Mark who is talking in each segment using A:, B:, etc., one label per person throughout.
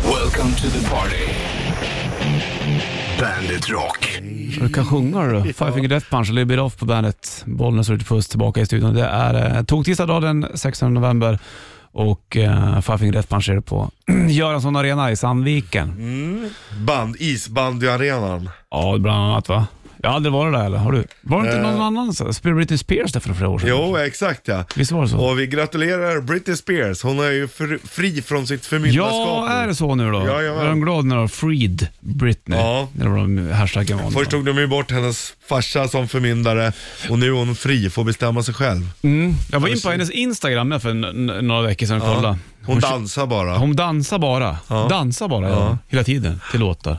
A: Welcome to the party. Bandit Rock.
B: Du kan sjunga du. Five Finger Death Punch, Live It Off på bandet. Bollnäs och Puss tillbaka i studion. Det är eh, toktisdag dag den 16 november och eh, Five Finger Death Punch är det på Göransson Arena i Sandviken.
C: Band, isbandyarenan.
B: Ja, bland annat va? Jag har aldrig varit där eller? Har du? Var det inte någon annan? som- Spelade Britney Spears där för flera år sedan?
C: Jo, exakt ja.
B: Visst var det så?
C: Och vi gratulerar Britney Spears. Hon är ju fr fri från sitt förmyndarskap.
B: Ja, är det så nu då?
C: Jajamän.
B: Är de glada nu då? Freed Britney.
C: Ja.
B: Det var de hashtaggen var.
C: Först tog de ju bort hennes farsa som förmyndare och nu är hon fri, får bestämma sig själv.
B: Mm. Jag var in på hennes Instagram där för n- n- några veckor sedan och
C: Ja.
B: kollade.
C: Hon dansar bara.
B: Hon dansar bara. Dansar bara ja. hela tiden till låtar.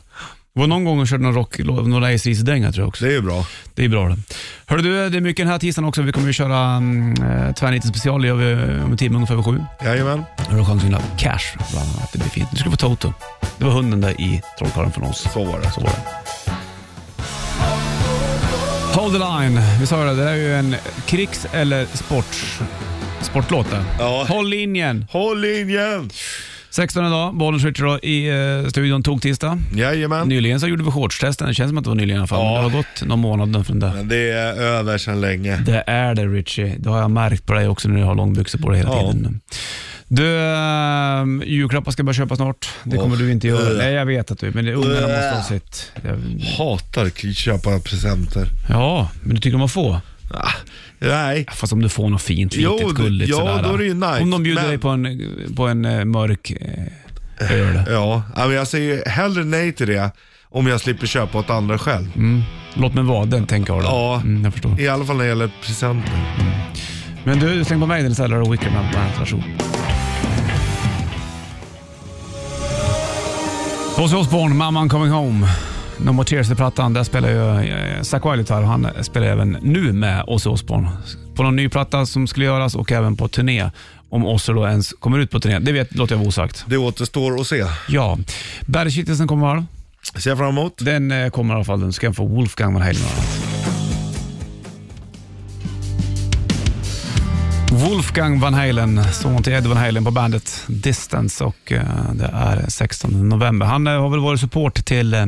B: Det var någon gång hon körde någon rocklåt, någon Ace Easy-dänga tror jag också.
C: Det är ju bra.
B: Det är bra det. Hörru du, det är mycket den här tisdagen också. Vi kommer ju köra mm, eh, tvärniten special, det gör vi eh, om en timme ungefär vid sju.
C: Jajamän.
B: Har du chans att vinna cash bland annat. Det blir fint. Du ska få Toto. Det var hunden där i Trollkarlen från oss.
C: Så var det.
B: Så var det. Hold the line. Vi sa ju det, det där är ju en krigs eller sports... Sportlåt där.
C: Ja.
B: Håll linjen!
C: Håll linjen!
B: 16 dag, bollen switcher då i eh, studion tog tisdag.
C: Jajamän.
B: Nyligen så gjorde vi shortstesten, det känns som att det var nyligen i alla fall.
C: Ja.
B: Men det har gått någon månad nu från det.
C: Men det är över sedan länge.
B: Det är det Richie. Det har jag märkt på dig också när du har långbyxor på dig hela
C: Ja.
B: tiden. Du, eh, julklappar ska börja köpa snart. Det kommer
C: Åh.
B: du inte göra.
C: Äh.
B: Nej, jag vet att du, men det- ungarna
C: Äh.
B: måste ha sitt. Jag-
C: Hatar k- köpa presenter.
B: Ja, men du tycker om att få?
C: Ah, nej.
B: Fast om du får något fint,
C: Jo,
B: litet, gulligt
C: ja,
B: sådär.
C: då är det ju nice,
B: Om de bjuder
C: men-
B: dig på en, på en eh, mörk eh, öl.
C: Ja, ja, men jag säger hellre nej till det om jag slipper köpa åt andra själv.
B: Mm. Låt mig vara den, tänker jag då.
C: Ja.
B: Mm, jag förstår.
C: I alla fall när det gäller presenter.
B: Men du, släng på mig den istället och Wicked Man på bandet. Varsågod. Ozzy Osbourne, Mamman Coming Home. No More Tears-plattan, där spelar ju eh, Zack Wilde gitarr och han spelar även nu med Ozzy Osbourne. På någon ny platta som skulle göras och även på turné. Om Ozzy då ens kommer ut på turné, det vet, låter jag vara osagt.
C: Det återstår att se.
B: Ja, Bergkittelsen kommer vara.
C: Ser jag fram emot.
B: Den eh, kommer i alla fall. Den ska jag få Wolfgang Van Halen bland annat. Wolfgang Van Halen, son till Ed Van Halen på bandet Distance och eh, det är 16 november. Han eh, har väl varit support till eh,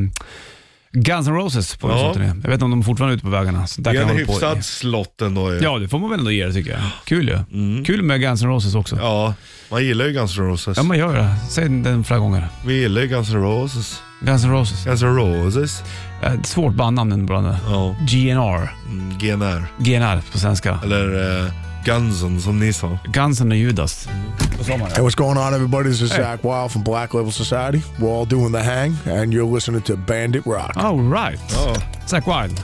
B: Guns N' Roses på
C: Ja.
B: ja. Jag vet inte om de fortfarande är ute på vägarna. Så där
C: Det är
B: kan
C: en
B: jag hålla på i-
C: hyfsad slott ändå ju.
B: Ja, det får man väl ändå ge det tycker jag. Kul ju. Kul med Guns N' Roses också. Ja,
C: Ja, man gillar ju Guns N' Roses.
B: man gör det. Säg den flera gånger.
C: Vi gillar ju Guns N' Roses.
B: Guns N' Roses.
C: Guns N' Roses.
B: Eh, Svårt bandnamn ibland.
C: Ja,
B: GNR.
C: mm, GNR.
B: GNR på svenska.
C: Eller uh, Gunsen som ni sa.
B: Gansen och Judas. Vad sa man?
D: Hey, what's going on, everybody? This is
B: Hey.
D: Zach Wild from Black Label Society. We're all doing the hang, and you're listening to Bandit Rock.
B: All right.
C: Ja.
B: Zack Wilde.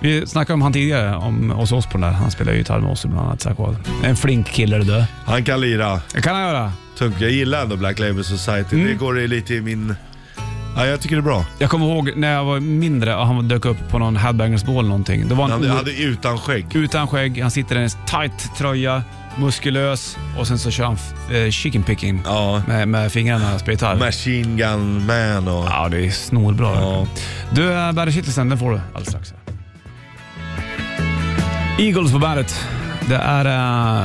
B: Vi snackade om han tidigare, om Ozzy Osbourne där. Han spelar ju gitarr med Ozzy bland annat, Zack Wilde. En flink kille du. Det
C: Han kan lira.
B: kan han göra.
C: Tungt. Jag gillar ändå Black Label Society.
B: Mm.
C: Det går i lite i min... Ja, jag tycker det är bra.
B: Jag kommer ihåg när jag var mindre och han dök upp på någon Headbangers Ball eller någonting. Det var
C: Han
B: en
C: hade utan skägg.
B: utan skägg, han sitter i en tight tröja, muskulös och sen så kör han f- eh, chicken picking
C: Ja.
B: med, med fingrarna och spelar gitarr.
C: Machine Gun Man och...
B: Ja, det är snorbra.
C: Ja.
B: Du, Bandit-kittelsen, den får du alldeles strax. Eagles på bandet. Det är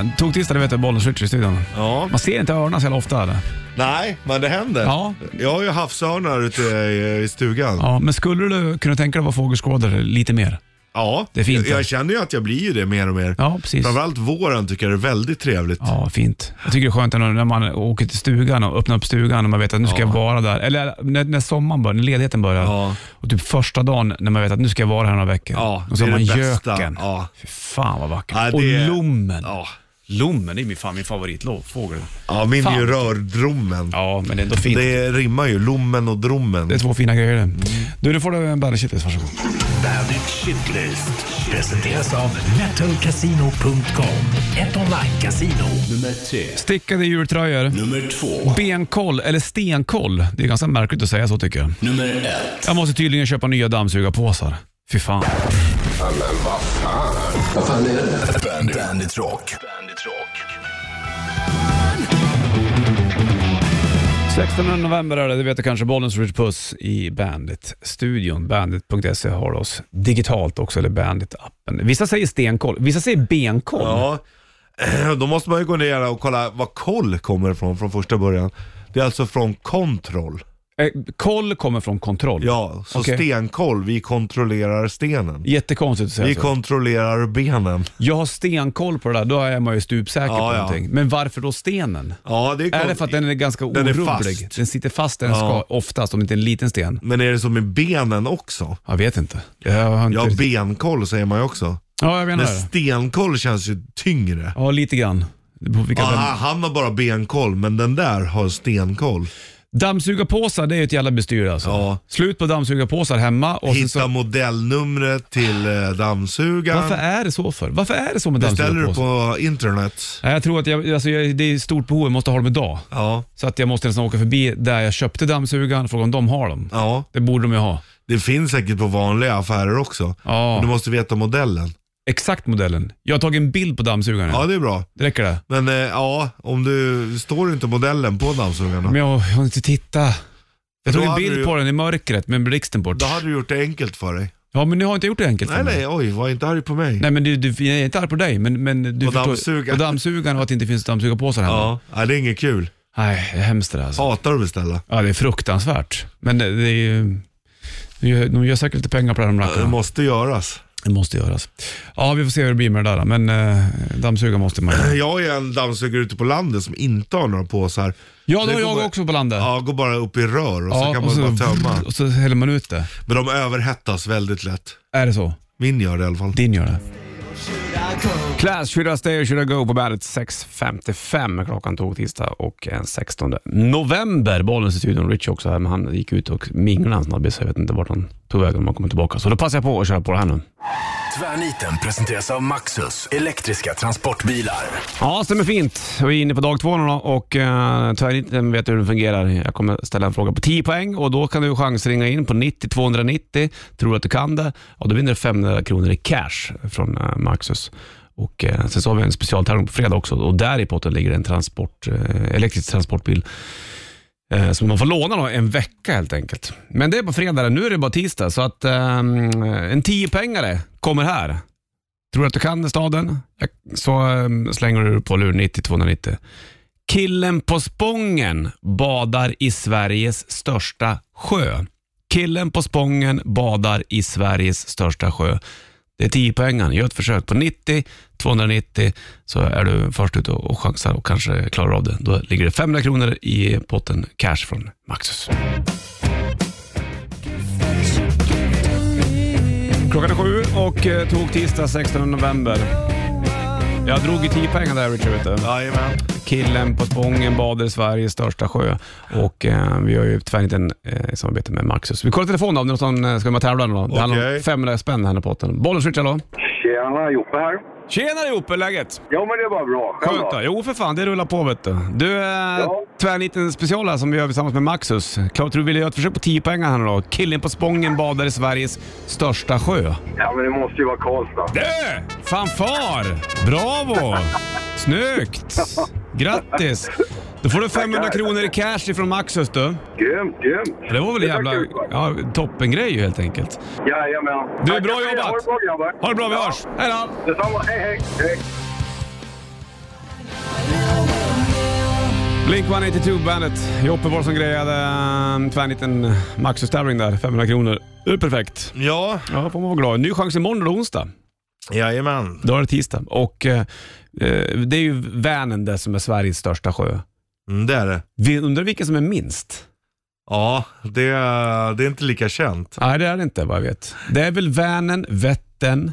B: uh, toktisdag, det vet du, bollen switcher i studion.
C: Ja.
B: Man ser inte öronen så jävla ofta. Eller?
C: Nej, men det händer.
B: Ja.
C: Jag har ju havsörnar ute i, i stugan.
B: Ja, men skulle du kunna tänka dig att vara fågelskådare lite mer?
C: Ja,
B: Det är fint,
C: jag,
B: ja.
C: jag känner ju att jag blir ju det mer och mer.
B: Ja, precis.
C: Framförallt våren tycker jag är väldigt trevligt.
B: Ja, fint. Jag tycker det är skönt ändå när man åker till stugan och öppnar upp stugan och man vet att nu ska jag vara där. Eller eh, när, när sommaren börjar, när ledigheten börjar.
C: Ja.
B: Och typ första dagen när man vet att nu ska jag vara här några veckor.
C: Ja,
B: och så
C: det
B: har
C: är
B: man
C: det bästa.
B: göken.
C: Ja.
B: Fy fan vad vackert.
C: Ja,
B: Och
C: det är-
B: lommen.
C: Ja.
B: Lommen, det är min, fan, min favoritlåtfågel.
C: Ja, min är
B: Fan.
C: ju rördrommen.
B: Ja, men det är Mm. ändå fint. Det,
C: Det rimmar ju, lommen och drommen.
B: är två fina grejer det. Du, nu får du en bandykittelse, varsågod.
A: Bandit Shitlist presenteras av metalcasino.com. Ett online-casino. Nummer tre.
B: Stickade jultröjor,
A: Nummer två.
B: benkoll eller stenkoll. Det är ganska märkligt att säga så tycker jag.
A: Nummer ett.
B: Jag måste tydligen köpa nya dammsugarpåsar. Fy fan.
A: Bandit, Bandit Rock. Bandit Rock.
B: 16 november är det, det vet du kanske. Bollens Rich Puss i Bandit-studion. Bandit.se har oss digitalt också, eller Bandit-appen. Vissa säger stenkoll, vissa säger benkoll.
C: Ja, då måste man ju gå ner och kolla var koll kommer ifrån från första början. Det är alltså från kontroll.
B: Eh, koll kommer från kontroll.
C: Ja, så
B: Okej.
C: stenkoll, vi kontrollerar stenen.
B: Jättekonstigt att säga
C: Vi
B: så.
C: kontrollerar benen.
B: Jag har stenkoll på det där, då är man ju stupsäker
C: Ja,
B: på
C: ja.
B: någonting. Men varför då stenen?
C: Ja, det är,
B: Är
C: kon-
B: det för att den är ganska
C: Den är
B: orubblig?
C: fast.
B: den sitter fast där den
C: Ja.
B: ska, oftast, om det inte är en liten sten.
C: Men är det som med benen också?
B: Jag vet inte. Jag har inte...
C: Ja,
B: riktigt-
C: benkoll säger man ju också.
B: ja jag menar
C: Men
B: det.
C: stenkoll känns ju tyngre.
B: Ja, lite grann. Det beror på vilka
C: Ah,
B: vem-
C: han har bara benkoll, men den där har stenkoll.
B: Dammsugarpåsar, det är ju ett jävla bestyr alltså.
C: Ja.
B: Slut på dammsugarpåsar hemma och sen
C: Hitta
B: så...
C: modellnumret till eh, dammsugaren.
B: Varför är det så för? Varför är det så med
C: Beställer du
B: dammsugarpåsar?
C: på internet?
B: Nej, Jag tror att jag, alltså jag, det är stort behov, jag måste ha dem idag.
C: Ja.
B: Så att jag måste nästan åka förbi där jag köpte dammsugaren och fråga om de har dem.
C: ja.
B: Det borde de ju ha.
C: Det finns säkert på vanliga affärer också.
B: Ja.
C: Men Du måste veta modellen.
B: Exakt modellen. Jag har tagit en bild på dammsugaren.
C: Ja, det är bra.
B: Räcker det?
C: Men eh, ja, om du står inte modellen på dammsugarna.
B: Men jag har inte titta. Jag
C: Då
B: tog en
C: hade
B: bild
C: du ju-
B: på den i mörkret med blixten bort.
C: Då hade du gjort det enkelt för dig.
B: Ja, men nu har jag inte gjort det enkelt
C: Nej,
B: för mig.
C: nej, oj, var inte arg på mig.
B: Nej, men du, du, jag är inte arg på dig, men, men du
C: Och
B: förstår-
C: dammsugaren.
B: Och dammsugaren och att det inte finns dammsugarpåsar hemma.
C: Ja, nej, det är inget kul.
B: Nej, det är hemskt det där alltså.
C: Hatar att beställa.
B: Ja, det är fruktansvärt. Men det, det är ju... de gör- De gör säkert lite pengar på det här de
C: Det
B: rackarna.
C: måste göras.
B: Det måste göras. Ja, vi får se hur det blir med det där. Men eh, dammsugaren måste man göra.
C: Eh, Jag är en dammsugare ute på landet som inte har några påsar.
B: Ja, då
C: Det
B: har
C: går
B: jag
C: bara-
B: också på landet.
C: Ja, går bara upp i rör och så kan man bara tömma.
B: och så häller man ut det.
C: Men de överhettas väldigt lätt.
B: Är det så?
C: Min gör det i alla fall.
B: Din gör det. Clash, Should I Stay or Should I Go på bandet 6.55. Klockan tog tisdag och eh, 16 november. Bollens i studion, Rich också här, men han gick ut och minglade en snabbis. Jag vet inte vart han tog vägen om han kommer tillbaka. Så då passar jag på att köra på det här nu.
A: Tvärniten presenteras av Maxus elektriska transportbilar.
B: Ja, stämmer fint. Vi är inne på dag två nu då och eh, tvärniten vet hur den fungerar. Jag kommer ställa en fråga på 10 poäng och då kan du chansringa in på 90 290. Tror du att du kan det? Ja, då vinner du 500 kronor i cash från eh, Maxus. Och, eh, sen så har vi en specialtävling på fredag också och där i potten ligger en transport, eh, elektrisk transportbil eh, som man får låna då en vecka helt enkelt. Men det är på fredag, nu är det bara tisdag så att eh, en 10-pengare kommer här. Tror du att du kan staden? Jag- Så ehm, slänger du på lur 90-290. Killen på Spången badar i Sveriges största sjö. Killen på Spången badar i Sveriges största sjö. Det är 10 poängen. Gör ett försök på 90, 290 så är du först ut och och chansar och kanske klarar av det. Då ligger det 500 kronor i potten cash från Maxus. Klockan är sju och eh, tog tisdag 16 november. Jag drog ju 10 pengar där Richard vet du.
C: Jajamän.
B: Killen på Spången badar i Sveriges största sjö. Och eh, vi har ju tvärniten eh, i samarbete med Maxus. Vi kollar telefonen då, om det är någon som eh, ska med och tävla nu då. Det handlar om
C: Okej.
B: 500 spänn här i potten. Bollen switchar då.
E: Tjena, Joppe här.
B: Tjenare Joppe, läget?
E: Ja, men det var bra. Själv
B: Skönt
E: då?
B: då. Jo för fan, det rullar på vet du. Du, eh, tvärniten special här som vi gör tillsammans med Maxus. Klart du ville göra ett försök på 10 pengar här nu då. Killen på Spången badar i Sveriges största sjö.
E: Ja, men det måste ju vara Karlstad.
B: Du! Fanfar! Bravo! Snyggt! Grattis! Då får du 500 kronor i cash ifrån Maxus du.
E: Grymt, grymt.
B: Det var väl en
E: var
B: jävla
E: kul, va?
B: ja, toppengrej ju helt enkelt.
E: Jajamän.
B: Du, bra
E: Tackar för det.
B: jobbat.
E: Ha det
B: Ha det bra,
E: bra grabbar.
B: vi
E: Ja,
B: hörs! Hej då!
E: Detsamma, hej hej. hej.
B: Blink 182 bandet. Joppe var som grejade ehm, tvärniten Maxus-tävling där. 500 kronor. Det är perfekt.
C: Ja,
B: Ja, får man vara glad. Ny chans imorgon eller onsdag.
C: jajamän.
B: Då är det tisdag. Och eh, eh, det är ju Vänern det som är Sveriges största sjö.
C: Mm, det är det.
B: Vi undrar vilken som är minst?
C: Ja, det, det är inte lika känt.
B: Nej, det är det inte vad jag vet. Det är väl Vänern, Vättern,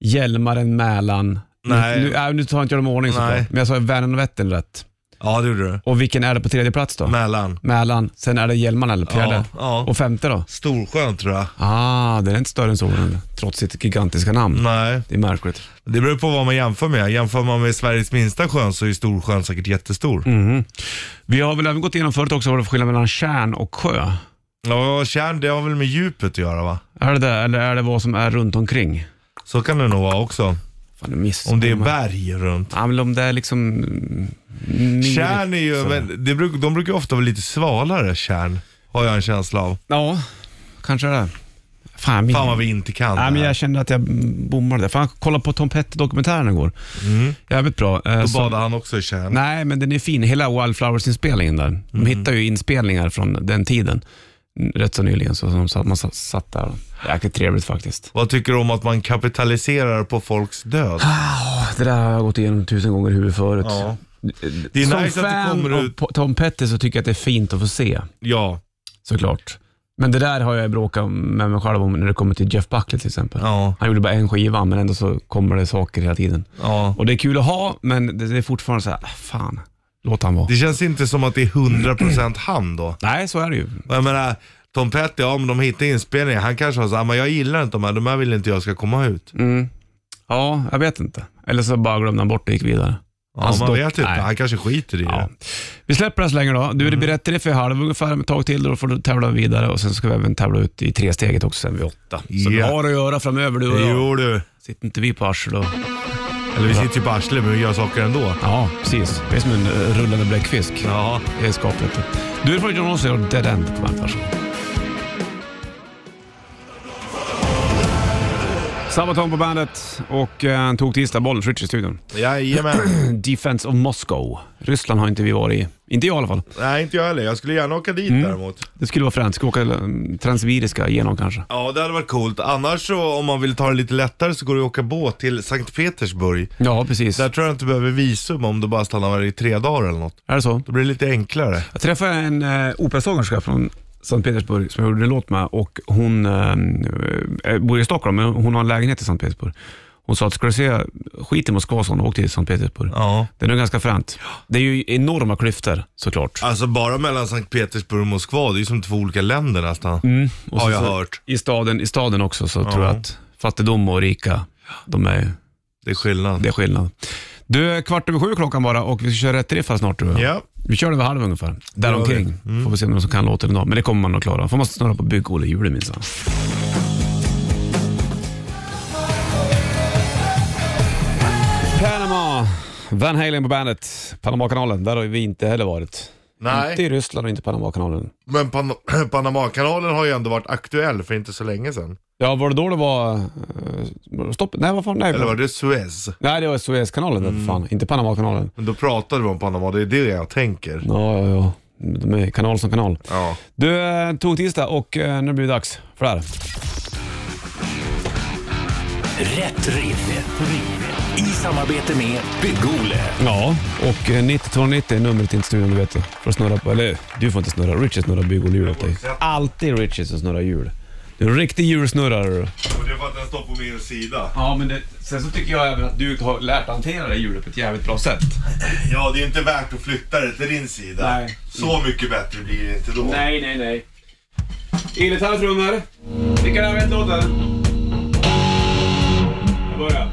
B: Hjälmaren, Mälaren.
C: Nej.
B: Nu, nu, äh, nu tar jag inte jag dem i ordning såklart,
C: Nej.
B: men jag sa Vänern och Vättern rätt.
C: Ja, det gjorde du.
B: Och vilken är det på tredje plats då?
C: Mellan.
B: Mälaren, sen är det Hjälmaren eller fjärde?
C: Ja, ja.
B: Och femte då?
C: Storsjön tror jag.
B: Ah, den är inte större än så, trots sitt gigantiska namn.
C: Nej,
B: Det är märkligt.
C: det beror på vad man jämför med. Jämför man med Sveriges minsta sjön så är Storsjön säkert jättestor.
B: Mhm. Vi har väl även gått igenom förut också vad det är för skillnad mellan kärn och sjö.
C: Ja, kärn det har väl med djupet att göra va?
B: Är det det, eller är det vad som är runt omkring?
C: Så kan det nog vara också.
B: Fan, du missar.
C: Om det är berg runt.
B: Ja, men om det är liksom... mm, myrigt,
C: Kärn är ju,
B: så-
C: men det bruk, de brukar ju ofta vara lite svalare kärn, har jag en känsla av.
B: Ja, kanske det. Fan, min...
C: Fan vad vi inte kan.
B: Nej, men jag kände att jag mm, bommade där. Fan, jag kollade på Tom Petty-dokumentären igår. Jävligt bra. Eh,
C: Då
B: så-
C: badade han också i kärn.
B: Nej, men den är fin. Hela Wildflowers-inspelningen där. De hittar ju inspelningar från den tiden. Mm, Rätt så nyligen, så de satt, man satt, satt där. Jäkligt trevligt faktiskt.
C: Vad tycker du om att man kapitaliserar på folks död?
B: Det där har jag gått igenom tusen gånger i huvudet förut.
C: Ja. Det är
B: Som
C: nice att det
B: fan
C: kommer
B: av
C: ut.
B: Po- Tom Petty så tycker jag att det är fint att få se,
C: Ja.
B: såklart. Men det där har jag bråkat med mig själv om när det kommer till Jeff Buckley till exempel.
C: Ja.
B: Han gjorde bara en skiva, men ändå så kommer det saker hela tiden.
C: ja.
B: Och det är kul att ha, men det det är fortfarande så här, "Ah, fan, låt han vara.
C: Det känns inte som att det är 100% han då.
B: Nej, så är det ju.
C: Och jag menar, Tom Petty, ja men de hittar inspelningar. Han kanske har så här, men jag gillar inte de här, de här vill inte jag ska komma ut.
B: Mm. Ja, jag vet inte. Eller så bara glömde han bort det och gick vidare. Hans
C: Ja, man
B: Alltså, dock-
C: vet ju inte,
B: nej.
C: han kanske skiter i
B: Ja. Mm.
C: det.
B: Vi släpper det så länge då. Du, det blir rätt till det för halv ungefär. Ett tag till då får du tävla vidare och sen ska vi även tävla ut i tre steget också sen vid åtta. Så vi
C: Ja.
B: har att göra framöver du och jag.
C: Jo du,
B: Sitter inte vi på arslet och...
C: eller vi sitter ju på arslet men vi gör saker ändå.
B: Ja, precis. Det är som en eh, rullande bläckfisk.
C: Ja.
B: Det är skapligt. eh, Du är från John Ossie och Dead End på Bandet. Varsågod. Sabaton på bandet och eh, han tog tisdag bollen Fritz i studion.
C: Jajamän.
B: Defense of Moscow. Ryssland har inte vi varit i. Inte jag i alla fall.
C: Nej inte jag heller, jag skulle gärna åka
B: Mm.
C: dit däremot.
B: Det skulle vara fränt. Ska åka eh, Transsibiriska genom kanske.
C: Ja det hade varit coolt. Annars så om man vill ta det lite lättare så går det att åka båt till Sankt Petersburg.
B: Ja, precis.
C: Där tror jag inte du behöver visum om du bara stannar i tre dagar eller något.
B: Är det så?
C: Då blir det lite enklare.
B: Jag träffade en eh, operasångerska från Sankt Petersburg som jag gjorde en låt med och hon eh, bor i Stockholm, men hon har en lägenhet i Sankt Petersburg. Hon sa att ska du se skit i Moskva så hon åkte till Sankt Petersburg.
C: Ja.
B: Det är nog ganska fränt. Det är ju enorma klyftor såklart.
C: Alltså bara mellan Sankt Petersburg och Moskva, det är ju som två olika länder nästan.
B: Mm. Och
C: har jag
B: så,
C: hört.
B: I staden, I staden också så tror jag att fattigdom och rika, de är,
C: Det är skillnad.
B: det är skillnad. Du, är kvart över sju klockan bara och vi ska köra rätt riff här snart tror jag.
C: Ja.
B: Vi kör över halv ungefär, däromkring.
C: Mm.
B: Får vi se om någon som kan låten idag, men det kommer man att klara. Får man snurra på bygg-Olle i julen minsann. Panama, Van Halen på bandet, Panamakanalen, där har vi inte heller varit. Inte
C: Nej,
B: i Ryssland och inte Panamakanalen.
C: men Pan Panamakanalen har ju ändå varit aktuell för inte så länge sedan.
B: Ja, var det då det var eh, stopp? Nej, vad fan? Nej,
C: Eller var det Mm. Suez?
B: nej det var Suezkanalen där för fan, inte Panamakanalen.
C: Men då pratade vi om Panama, det är det jag tänker.
B: Ja, ja, ja. De är kanal som kanal.
C: Ja.
B: Du, eh, tog tisdag och eh, nu blir det dags för det här.
A: Rätt riff. Rätt riff. I samarbete med Bygg-Ole.
B: Ja, och eh, 9290 är numret in till studion, du vet det. För att snurra på, eller du får inte snurra, Richard snurrar bygg och hjul åt dig. Alltid Richard som snurrar hjul. Du är en riktig hjulsnurrare du.
C: Och det är för att den står på min sida.
B: Ja, men sen så tycker jag även att du har lärt hantera det hjulet på ett jävligt bra sätt.
C: Ja, det är inte värt att flytta det till din sida.
B: Nej.
C: Så mycket bättre blir det inte då.
B: Nej, nej, nej. Elgitarr, trummor. Vilka är det låtar? Jag börjar.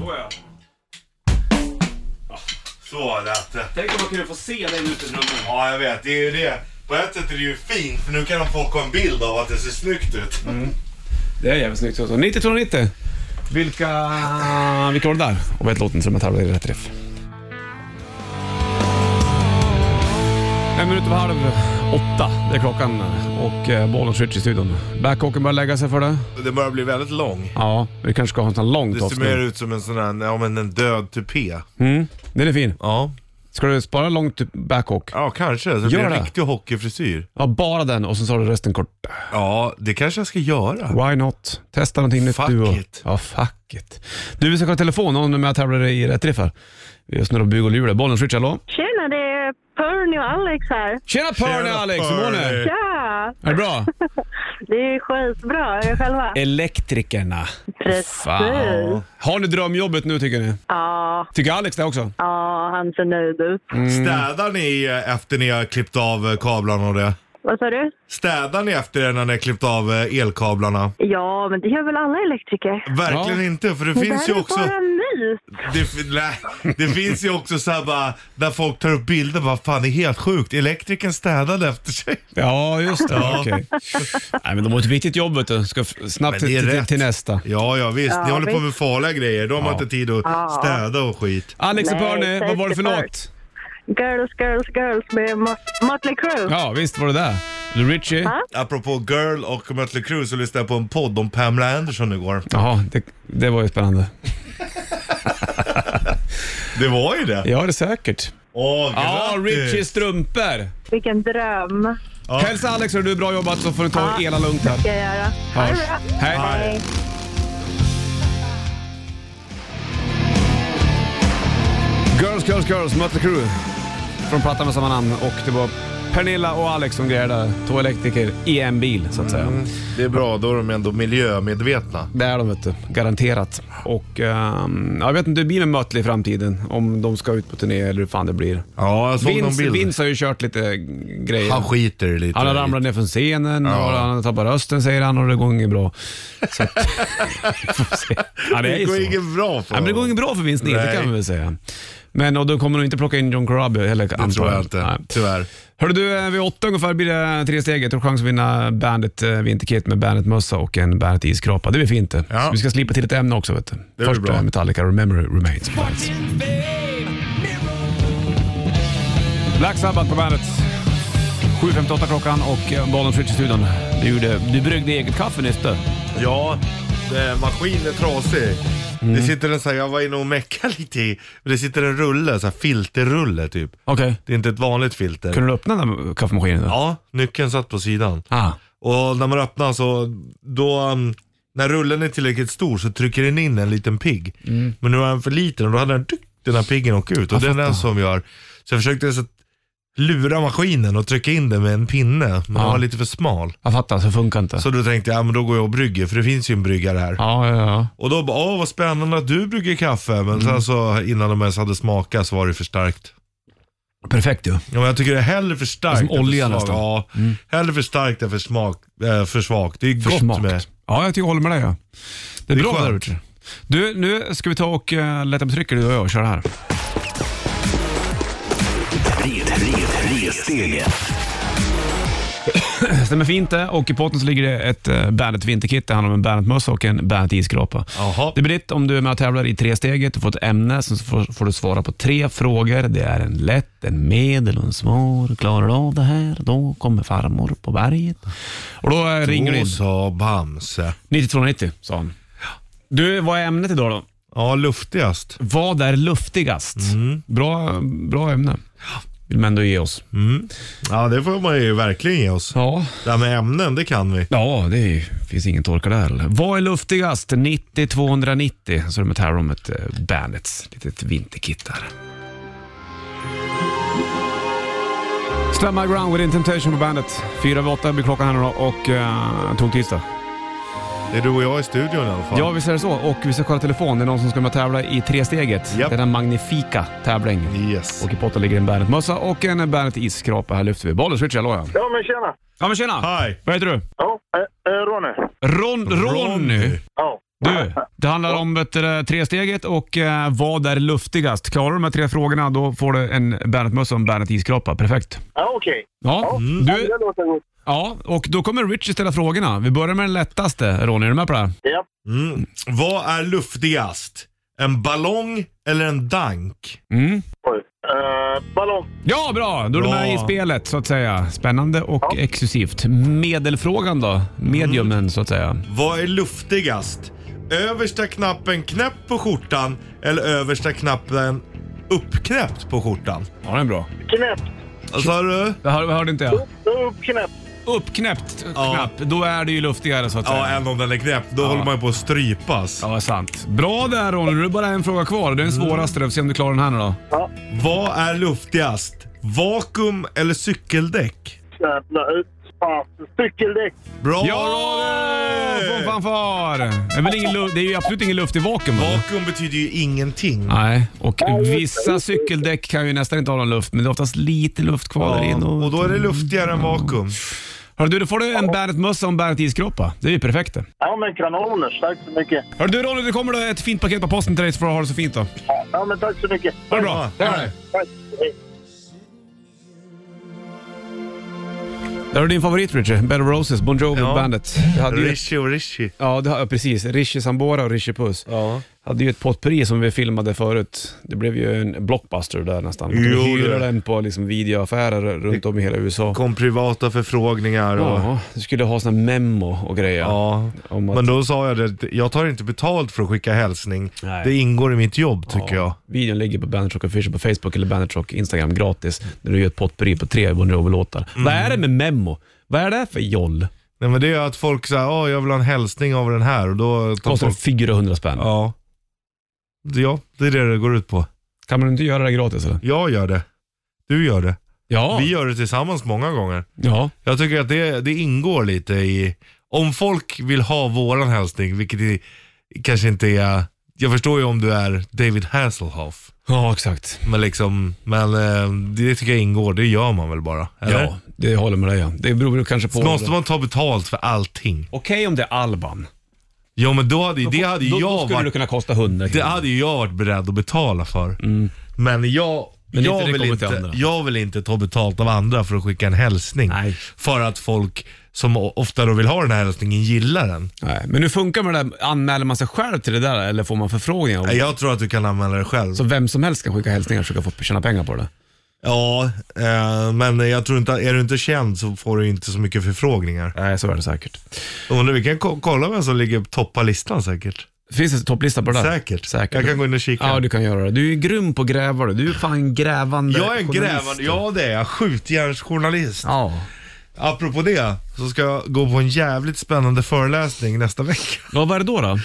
B: Såja.
C: Så lät det. eh,
B: Tänk om man kunde få se dig ute i rummet.
C: Ja, jag vet. Det är ju det. På ett sätt är det ju fint, för nu kan de folk ha en bild av att det ser snyggt ut.
B: Det är jävligt snyggt. också. 90 290. Vilka... Vilka var det där? Och vet låten som jag tävlar i rätt riff. En minut över halv åtta, det är klockan och eh, bollen switch i studion. Backhawken börjar lägga sig för det.
C: Det börjar bli väldigt lång.
B: Ja, vi kanske ska ha en sån här lång
C: Det
B: tofs
C: ser mer
B: nu.
C: ut som en sån här, ja men en död tupé.
B: Mm, den är fin.
C: Ja.
B: Ska du spara långt backhawk?
C: Ja, kanske. Så det blir
B: Gör
C: en
B: det.
C: riktig hockeyfrisyr.
B: Ja, bara den och sen så har du resten kort.
C: Ja, det kanske jag ska göra.
B: Why not? Testa någonting nytt
C: Fuck
B: du och...
C: it.
B: Ja, fuck it. Du, vi ska kolla telefon om du är med och tävlar i rätt riff här. Vi snurrar på bug och ljudet. Bollen switch, hallå?
F: Tjena, det är Perny och Alex här.
B: Tjena Perny Alex, hur mår ni?
F: Tja!
B: Är det bra?
F: Det är skitbra. Är det själva?
C: Eh,
B: Elektrikerna.
F: Precis.
B: Fan. Har ni drömjobbet nu tycker ni?
F: Ja,
B: Tycker Alex det också?
F: ja, han ser nöjd ut.
C: Mm. Städar ni eh, efter ni har klippt av eh, kablarna och det?
F: Vad sa du?
C: Städar ni efter er när ni har klippt av eh, elkablarna?
F: Ja, men det gör väl alla elektriker?
C: Verkligen
B: Ja.
C: inte, för det
F: det
C: finns
F: här
C: ju
F: är
C: också...
F: bara nys.
C: Det, fi- nej, det finns ju också så här bara, där folk tar upp bilder bara, fan det är helt sjukt. Elektrikern städade efter sig.
B: Ja, just det.
C: Ja.
B: Okej. Nej, men de har ett viktigt jobb vet du. Ska f- snabbt
C: Men det är
B: till, till,
C: rätt.
B: till nästa.
C: Ja, ja visst. Ni
F: Ja,
C: håller på
F: visst.
C: med farliga grejer. De har inte tid att städa och skit.
B: Alex och
F: Nej,
B: Perny, vad var det för
F: safety
B: låt?
F: Girls, girls, girls med Mot- Motley Crue.
B: Ja, visst var det där. Du Richie?
F: Ja.
C: Apropå Girl och Mötley Crüe så lyssnade jag på en podd om Pamela Anderson igår.
B: Jaha, det, det var ju spännande.
C: Det var ju det.
B: Ja, det är säkert.
C: Åh,
B: Ja,
C: grattis.
B: Richies strumpor.
F: Vilken dröm.
C: Ja.
B: Hälsa Alex och du bra jobbat så får du ta
F: Ja.
B: hela lugnt här.
F: Ska jag göra. Ha det
B: Hörs.
F: bra.
B: Hej.
F: Hej.
B: Girls, girls, girls, Mötley Crüe. Från plattan med samma namn och det var Pernilla och Alex som grejade. Två elektriker i en bil så att säga.
C: Det är bra, då är de ändå miljömedvetna.
B: Det är de vet du, garanterat. Och ehm, jag vet inte hur det blir med Mötley i framtiden. Om de ska ut på turné eller hur fan det blir.
C: Ja, jag såg någon
B: Vince,
C: bild.
B: Vince har ju kört lite grejer.
C: Han skiter lite.
B: Han har ramlat ner från scenen
C: Ja.
B: och han har tappat rösten säger han och det går inget bra. Så att, Vi får se. ja, det är
C: Det
B: ju
C: går
B: så.
C: inget bra för
B: Ja, men det går
C: honom.
B: inget bra för Vince Neil, det
C: Nej.
B: kan man väl säga. Men och då kommer de inte plocka in John Corabi heller
C: Det tror jag inte, tyvärr.
B: Hörru du, eh, vid åtta ungefär blir det tre steget och chans att vinna Bandet eh, Vinterkit med Bandet-mössa och en Bandet iskrapa. Det blir fint det.
C: Ja.
B: Så vi ska slipa till ett ämne också vet
C: blir
B: du. Först
C: bra.
B: eh, Metallica, Remember Remains på Bandet. Black Sabbath på Bandet. 7.58 klockan och eh, bollen flyttar till studion. Du, gjorde, du bryggde eget kaffe nyss du.
C: Ja, eh, maskinen är trasig. Det sitter en så här, jag var inne och meckade lite i, men det sitter en rulle, så här filterrulle typ.
B: Okej.
C: Det är inte ett vanligt filter.
B: Kunde du öppna den där kaffemaskinen? då?
C: Ja, nyckeln satt på sidan.
B: Ah.
C: Och när man öppnar så, då, um, när rullen är tillräckligt stor så trycker den in en liten pigg. Men nu var den för liten och då hade den, tyck, den här piggen åkt ut. Och det är den som gör, så jag försökte så att lura maskinen och trycka in den med en pinne. Men den
B: Ja.
C: var lite för smal.
B: Jag fattar, så funkar inte.
C: Så då tänkte jag, ja men då går jag och brygger, för det finns ju en bryggare här.
B: Ja, ja, ja.
C: Och då bara, åh vad spännande att du brygger kaffe. Men
B: Mm.
C: sen så innan de ens hade smakat så var det för starkt.
B: Perfekt ju.
C: Ja, men jag tycker det är hellre för starkt.
B: Som
C: än för
B: olja
C: svagt.
B: nästan. Mm.
C: Ja, hellre för starkt än för, smak, eh, för svagt. Det är
B: För
C: gott
B: smak.
C: med.
B: Ja, jag tycker jag håller med dig. Ja. Det är,
C: Det är
B: bra
C: skönt.
B: där Richard. Du, nu ska vi ta och uh, lätta på trycket du och jag och köra här.
A: Red, red, resstegen.
B: Stämmer fint det och i potten så ligger det ett uh, Bandet vinterkit. Det handlar om en Bandet-mössa och en Bandet iskrapa.
C: Jaha.
B: Det blir ditt om du är med och tävlar i tre steget. Du får ett ämne, sen så får, får du svara på tre frågor. Det är en lätt, en medel och en svår. Klarar du av det här, då kommer farmor på berget. Och då eh, ringer du in.
C: Då sa Bamse.
B: 9290 sa han. Du, vad är ämnet idag då?
C: Ja, luftigast.
B: Vad är luftigast? Bra, bra ämne. Vill man ändå ge oss.
C: Ja, det får man ju verkligen ge oss.
B: Ja.
C: Det här med ämnen, det kan vi.
B: Ja, det är, finns ingen torka där. eller? Vad är luftigast? 90-290. Så är det här om ett eh, Bandits litet vinterkit där. Stand my ground with Temptation på bandet. Fyra över åtta blir klockan här nu då och eh, tog tisdag.
C: Det är du och jag i studion i alla fall.
B: Ja, visst är det så. Och vi ska kolla telefon. Det är någon som ska med och tävla i tresteget.
C: Japp.
B: Denna magnifika tävling.
C: Yes.
B: Och i potten ligger en Bandet-mössa och en Bandet isskrapa. Här lyfter vi. Bollen switch, hallå ja.
E: Ja, men tjena.
B: Ja men tjena!
C: Hej.
B: Vad heter du?
E: Ja, eh, eh, Ronny.
B: Ron, Ronny.
E: Ja.
B: Du, det handlar om vet du, det, tresteget och eh, vad är luftigast? Klarar du de här tre frågorna då får du en Bandet-mössa och en Bandet isskrapa. Perfekt.
E: Ja, okej.
B: Ja, du,
E: Det låter gott.
B: ja, och då kommer Richie ställa frågorna. Vi börjar med den lättaste. Ronny, är du med på det här?
E: Ja.
C: Mm. Vad är luftigast? En ballong eller en dank?
E: Oj. Eh, ballong.
B: Mm. Ja, bra! Då är du
C: Bra.
B: med i spelet så att säga. Spännande och exklusivt. Medelfrågan då? Mediumen så att säga.
C: Vad är luftigast? Översta knappen knäpp på skjortan eller översta knappen uppknäppt på skjortan.
B: Ja, den är bra.
E: Knäppt.
C: Vad sa du?
B: Det hör, hörde inte jag.
E: Uppknäppt.
B: Uppknäppt
C: Ja.
B: knapp, då är det ju luftigare så att
C: Ja,
B: säga.
C: även om den är knäppt. Då håller man ju på att strypas.
B: Ja, Mm. sant. Bra där Ronny, nu är det bara en fråga kvar. Det är den svåraste, vi får se om du klarar den här nu då.
C: Vad är luftigast? Vakuum eller cykeldäck?
E: Jävla ut. Fan. Cykeldäck.
C: Bra
B: Ja! Från
C: Ronny!
B: fanfar! Det är, väl ingen lu- det är ju absolut ingen luft i vakuum. va?
C: Vakuum betyder ju ingenting.
B: Nej, och vissa cykeldäck kan ju nästan inte ha någon luft, men det är oftast lite luft kvar där
C: Ja,
B: inne.
C: och då är det luftigare än vakuum.
B: Hörru du, då får du en Bandet-mössa och en Bandet-iskroppa. Det är ju perfekt det.
E: Ja men kanoners. Tack så mycket.
B: Hörru du Ronny, det kommer då ett fint paket på posten till dig så får du ha det så fint då.
E: Ja men tack så mycket.
B: Ha det bra.
C: Ja.
B: Hej.
E: Tack. Hej.
B: Där har du din favorit Richie. Bed of Roses, Bon Jovi,
C: Ja.
B: Bandet. Jag hade ju,
C: Rishi och Rishi.
B: ja, det har, ja, precis. Richie Sambora och Richie Puss.
C: Ja.
B: Hade ju ett potpurri som vi filmade förut. Det blev ju en blockbuster där nästan. Vi
C: Jo,
B: kunde hyra
C: det.
B: den på liksom videoaffärer runt om i hela USA.
C: Kom privata förfrågningar och...
B: Ja, du skulle ha såna memo och grejer.
C: Ja,
B: Om att-
C: men då sa jag det, jag tar inte betalt för att skicka hälsning.
B: Nej.
C: Det ingår i mitt jobb tycker jag.
B: Videon ligger på Bandit Rock Official på Facebook eller Bandit Rock Instagram gratis. När du gör ett potpurri på tre Bon Jovi-låtar.
C: Mm.
B: Vad är det med memo? Vad är det för joll?
C: Nej men det är att folk säger, ja jag vill ha en hälsning av den här och då tar
B: Kostar
C: folk...
B: 400 spänn.
C: Ja. Ja, det är det det går ut på.
B: Kan man inte göra det gratis eller?
C: Jag gör det. Du gör det.
B: Ja.
C: Vi gör det tillsammans många gånger.
B: ja.
C: Jag tycker att det, det ingår lite i, om folk vill ha våran hälsning, vilket är, kanske inte är, jag förstår ju om du är David Hasselhoff.
B: Ja, exakt.
C: Men liksom, men eh, det tycker jag ingår, det gör man väl bara? Eller?
B: Ja, det håller med dig ja. Det beror kanske på...
C: Så Måste man ta betalt för allting?
B: Okej om det är Alban.
C: Ja men då hade, det hade
B: då,
C: jag
B: då skulle det
C: varit,
B: kunna kosta 100
C: det
B: kronor.
C: hade ju jag varit beredd att betala för. Men jag,
B: Men inte
C: jag,
B: det
C: vill
B: kommer till
C: inte,
B: andra.
C: jag vill inte ta betalt av andra för att skicka en hälsning.
B: Nej.
C: För att folk som o- ofta då vill ha den här hälsningen gillar den.
B: Nej, men hur funkar det med det där? Anmäler man sig själv till det där eller får man förfrågningar? om-
C: Nej, Jag tror att du kan använda det själv.
B: Så vem Mm. som helst kan skicka hälsningar och försöka få tjäna pengar på det?
C: Ja, eh, men jag tror inte, är du inte känd så får du inte så mycket förfrågningar.
B: Nej, så är det säkert.
C: Undrar, vi kan ko- kolla vem som ligger på toppa listan säkert.
B: Finns det en topplista på det där?
C: Säkert.
B: Säkert.
C: Jag kan gå in och kika.
B: Ja, du kan göra det. Du är ju grym på att gräva du. Du är fan grävande
C: jag är en
B: journalist.
C: grävande, ja det är jag. Skjutjärnsjournalist.
B: Ja.
C: Apropå det, så ska jag gå på en jävligt spännande föreläsning nästa vecka.
B: ja, vad är det då? då?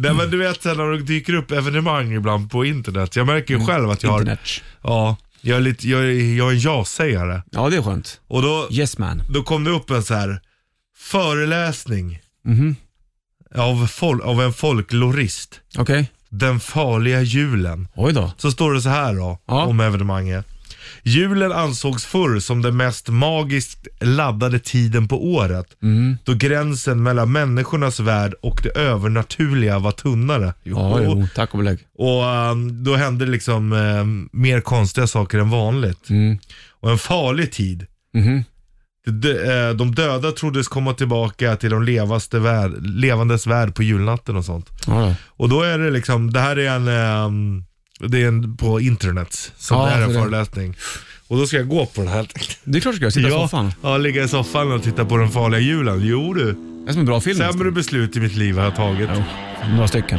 C: Nej men du vet så här, när det dyker upp evenemang ibland på internet. Jag märker ju själv att jag har,
B: Mm. Internet.
C: ja, jag är, lite, jag är, jag är en ja-sägare.
B: Ja, det är skönt.
C: Och då,
B: Yes man.
C: då kom det upp en så här föreläsning av, fol- av en folklorist.
B: Okej.
C: Den farliga julen.
B: Oj då.
C: Så står det så här då,
B: Ja.
C: om evenemanget. Julen ansågs förr som den mest magiskt laddade tiden på året.
B: Mm.
C: Då gränsen mellan människornas värld och det övernaturliga var tunnare.
B: Ja, jo. Tack och belägg.
C: Och ehm, då hände liksom ehm, mer konstiga saker än vanligt.
B: Mm.
C: Och en farlig tid.
B: Mm-hmm.
C: De, dö- eh, de döda troddes komma tillbaka till de levaste värld, levandes värld på julnatten och sånt.
B: Ja, då.
C: Och då är det liksom, det här är en, ehm, det är en på internet som
B: Ja,
C: det är en
B: så det-
C: föreläsning. Och då ska jag gå på den här.
B: Det är klart du ska göra. Sitta i soffan.
C: ja, ligga i soffan och titta på den farliga julen. Jo du,
B: Det är som en bra film.
C: sämre beslut i mitt liv har jag tagit.
B: Jo, några stycken.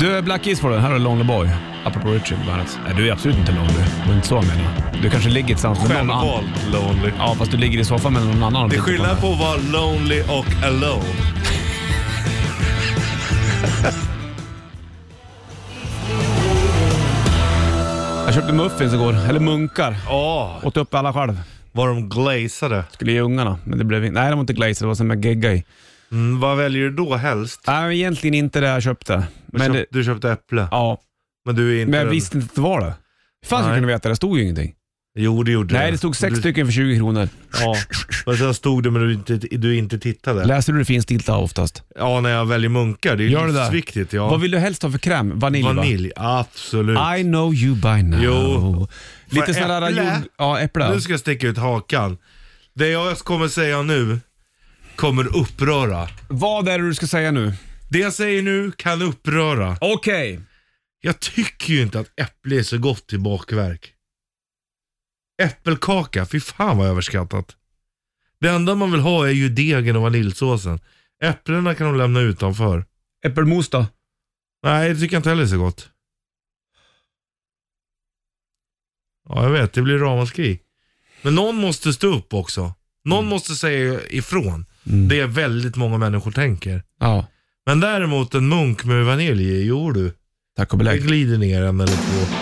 B: Du, Black Keys får den. Här är Lonely Boy. Apropå Richard bland annat. Nej, du är absolut inte lonely. Det är inte så jag menar. Du kanske ligger tillsammans med någon annan.
C: Självvalt lonely.
B: Ja, fast du ligger i soffan med någon annan. och
C: Det är
B: tittar
C: skillnad
B: den.
C: på att vara lonely och alone.
B: Jag köpte muffins igår. Eller munkar.
C: Ja,
B: Åt upp alla själv.
C: var de glazade.
B: Skulle ge ungarna, men det blev inte... Nej, de var inte glazed. Det var som jag geggade i.
C: Mm, vad väljer du då helst?
B: Nej, men egentligen inte det jag köpte. Men
C: Köp,
B: det,
C: du köpte äpple,
B: ja,
C: men du är inte
B: men jag
C: den-
B: visste inte att det var det. Hur fan skulle jag
C: Nej.
B: kunna veta? Det stod ju ingenting.
C: Jo, det gjorde
B: Nej,
C: du.
B: det stod sex
C: du,
B: stycken för 20 kronor.
C: Ja, men sen stod det men du inte, du inte tittade.
B: Läser du det finstilta oftast?
C: Ja, när jag väljer munkar. Det är
B: Gör det där.
C: livsviktigt. Ja.
B: Vad vill du helst ha för kräm? Vanilj, va?
C: Vanilj, absolut.
B: I know you by now.
C: Jo.
B: Lite
C: För
B: sån där
C: äpple?
B: jord... Ja, äpple.
C: Nu ska jag sticka ut hakan. Det jag kommer säga nu kommer uppröra.
B: Vad är det du ska säga nu?
C: Det jag säger nu kan uppröra.
B: Okej.
C: Jag tycker ju inte att äpple är så gott i bakverk. Äppelkaka, fy fan vad överskattat. Det enda man vill ha är ju degen och vaniljsåsen. Äpplena kan de lämna utanför.
B: Äppelmos då?
C: Nej, det tycker jag inte heller är så gott. Ja, jag vet. Det blir ramaskri. Men någon måste stå upp också. Någon måste säga ifrån. Det är väldigt många människor tänker.
B: Ja,
C: Men däremot en munk med vanilj, i, jo du.
B: tack och
C: Det
B: belägg.
C: glider ner en eller två.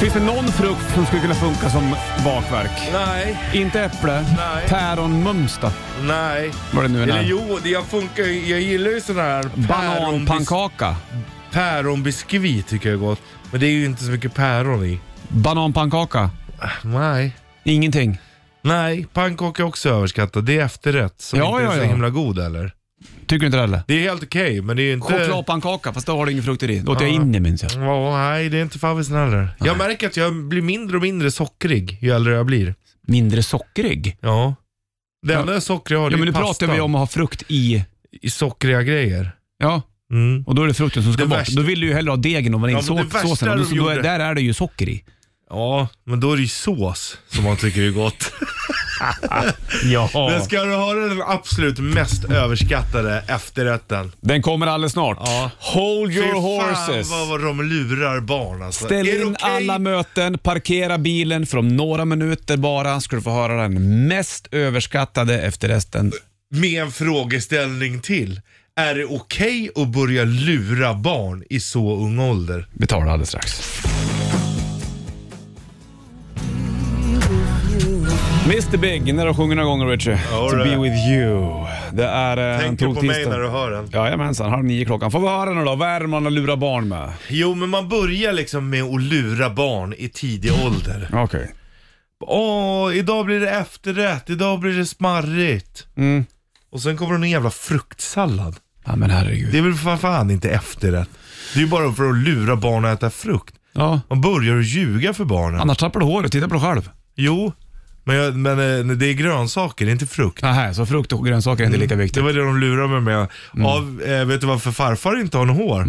B: Finns det någon frukt som skulle kunna funka som bakverk?
C: Nej,
B: Inte äpple,
C: Nej.
B: päron, mumsta.
C: nej.
B: Vad det nu är.
C: Eller
B: där.
C: jo, det- jag, funkar, ju- jag gillar ju sådana här päron-
B: Bananpannkaka.
C: päronbiskvit tycker jag är gott. Men det är ju inte så mycket päron i.
B: Bananpannkaka.
C: Nej.
B: Ingenting.
C: Nej, pannkaka är också överskattat. Det är efterrätt som
B: Ja,
C: inte
B: ja,
C: är så
B: ja.
C: himla god eller.
B: Tycker du inte det heller?
C: Det är helt okej, men det är ju inte...
B: Chokladpannkaka, fast då har du ingen frukt i det. Då åt jag in det minns jag.
C: Ja, nej, det är inte favvisen heller. Jag märker att jag blir mindre och mindre sockrig ju äldre jag blir.
B: Mindre sockrig.
C: Ja. Det
B: Ja.
C: enda socker jag har
B: Ja,
C: det
B: men
C: är
B: nu
C: pasta.
B: pratar vi om att ha frukt i...
C: I sockriga grejer.
B: Ja,
C: Mm.
B: och då är det frukten som ska
C: Det
B: bort.
C: värsta-
B: Då vill du ju hellre ha degen och
C: Ja, men det
B: vaniljsåsen.
C: värsta
B: Ja,
C: de
B: då, är-
C: gjorde-
B: där är det ju socker i.
C: Ja, men då är det ju sås som man tycker är gott. Men
B: Ja.
C: ska du höra den absolut mest överskattade efterrätten?
B: Den kommer alldeles snart.
C: Ja.
B: Hold your
C: Fy
B: horses.
C: fan vad de lurar barn alltså.
B: Ställ
C: Är det
B: in
C: okej?
B: alla möten, parkera bilen för om några minuter bara ska du få höra den mest överskattade efterresten.
C: Med en frågeställning till. Är det okej att börja lura barn i så ung ålder?
B: Vi tar det alldeles strax. Mr Big, när du sjunger några gånger Richie.
C: Ja,
B: to
C: det.
B: be with you. Det är eh, en
C: Tänk på mig
B: toktisdag.
C: när du hör den.
B: Jajamensan, halv nio klockan. Får vi höra nu då, vad är det man har lurat barn med?
C: Jo, men man börjar liksom med att lura barn i tidig ålder.
B: Okej.
C: Åh, idag blir det efterrätt, idag blir det smarrigt.
B: Mm.
C: Och sen kommer det någon jävla fruktsallad.
B: Ja men herregud.
C: Det är väl för fan inte efterrätt. Det är ju bara för att lura barn att äta frukt.
B: Ja.
C: Man börjar att ljuga för barnen.
B: Annars tappar du håret, titta på dig själv.
C: Jo, men, jag, men eh, det är grönsaker, det är inte frukt.
B: Nähä, så frukt och grönsaker är inte lika viktigt.
C: Mm. Det var det de lurade mig med. Ja, eh, vet du varför farfar inte har något hår?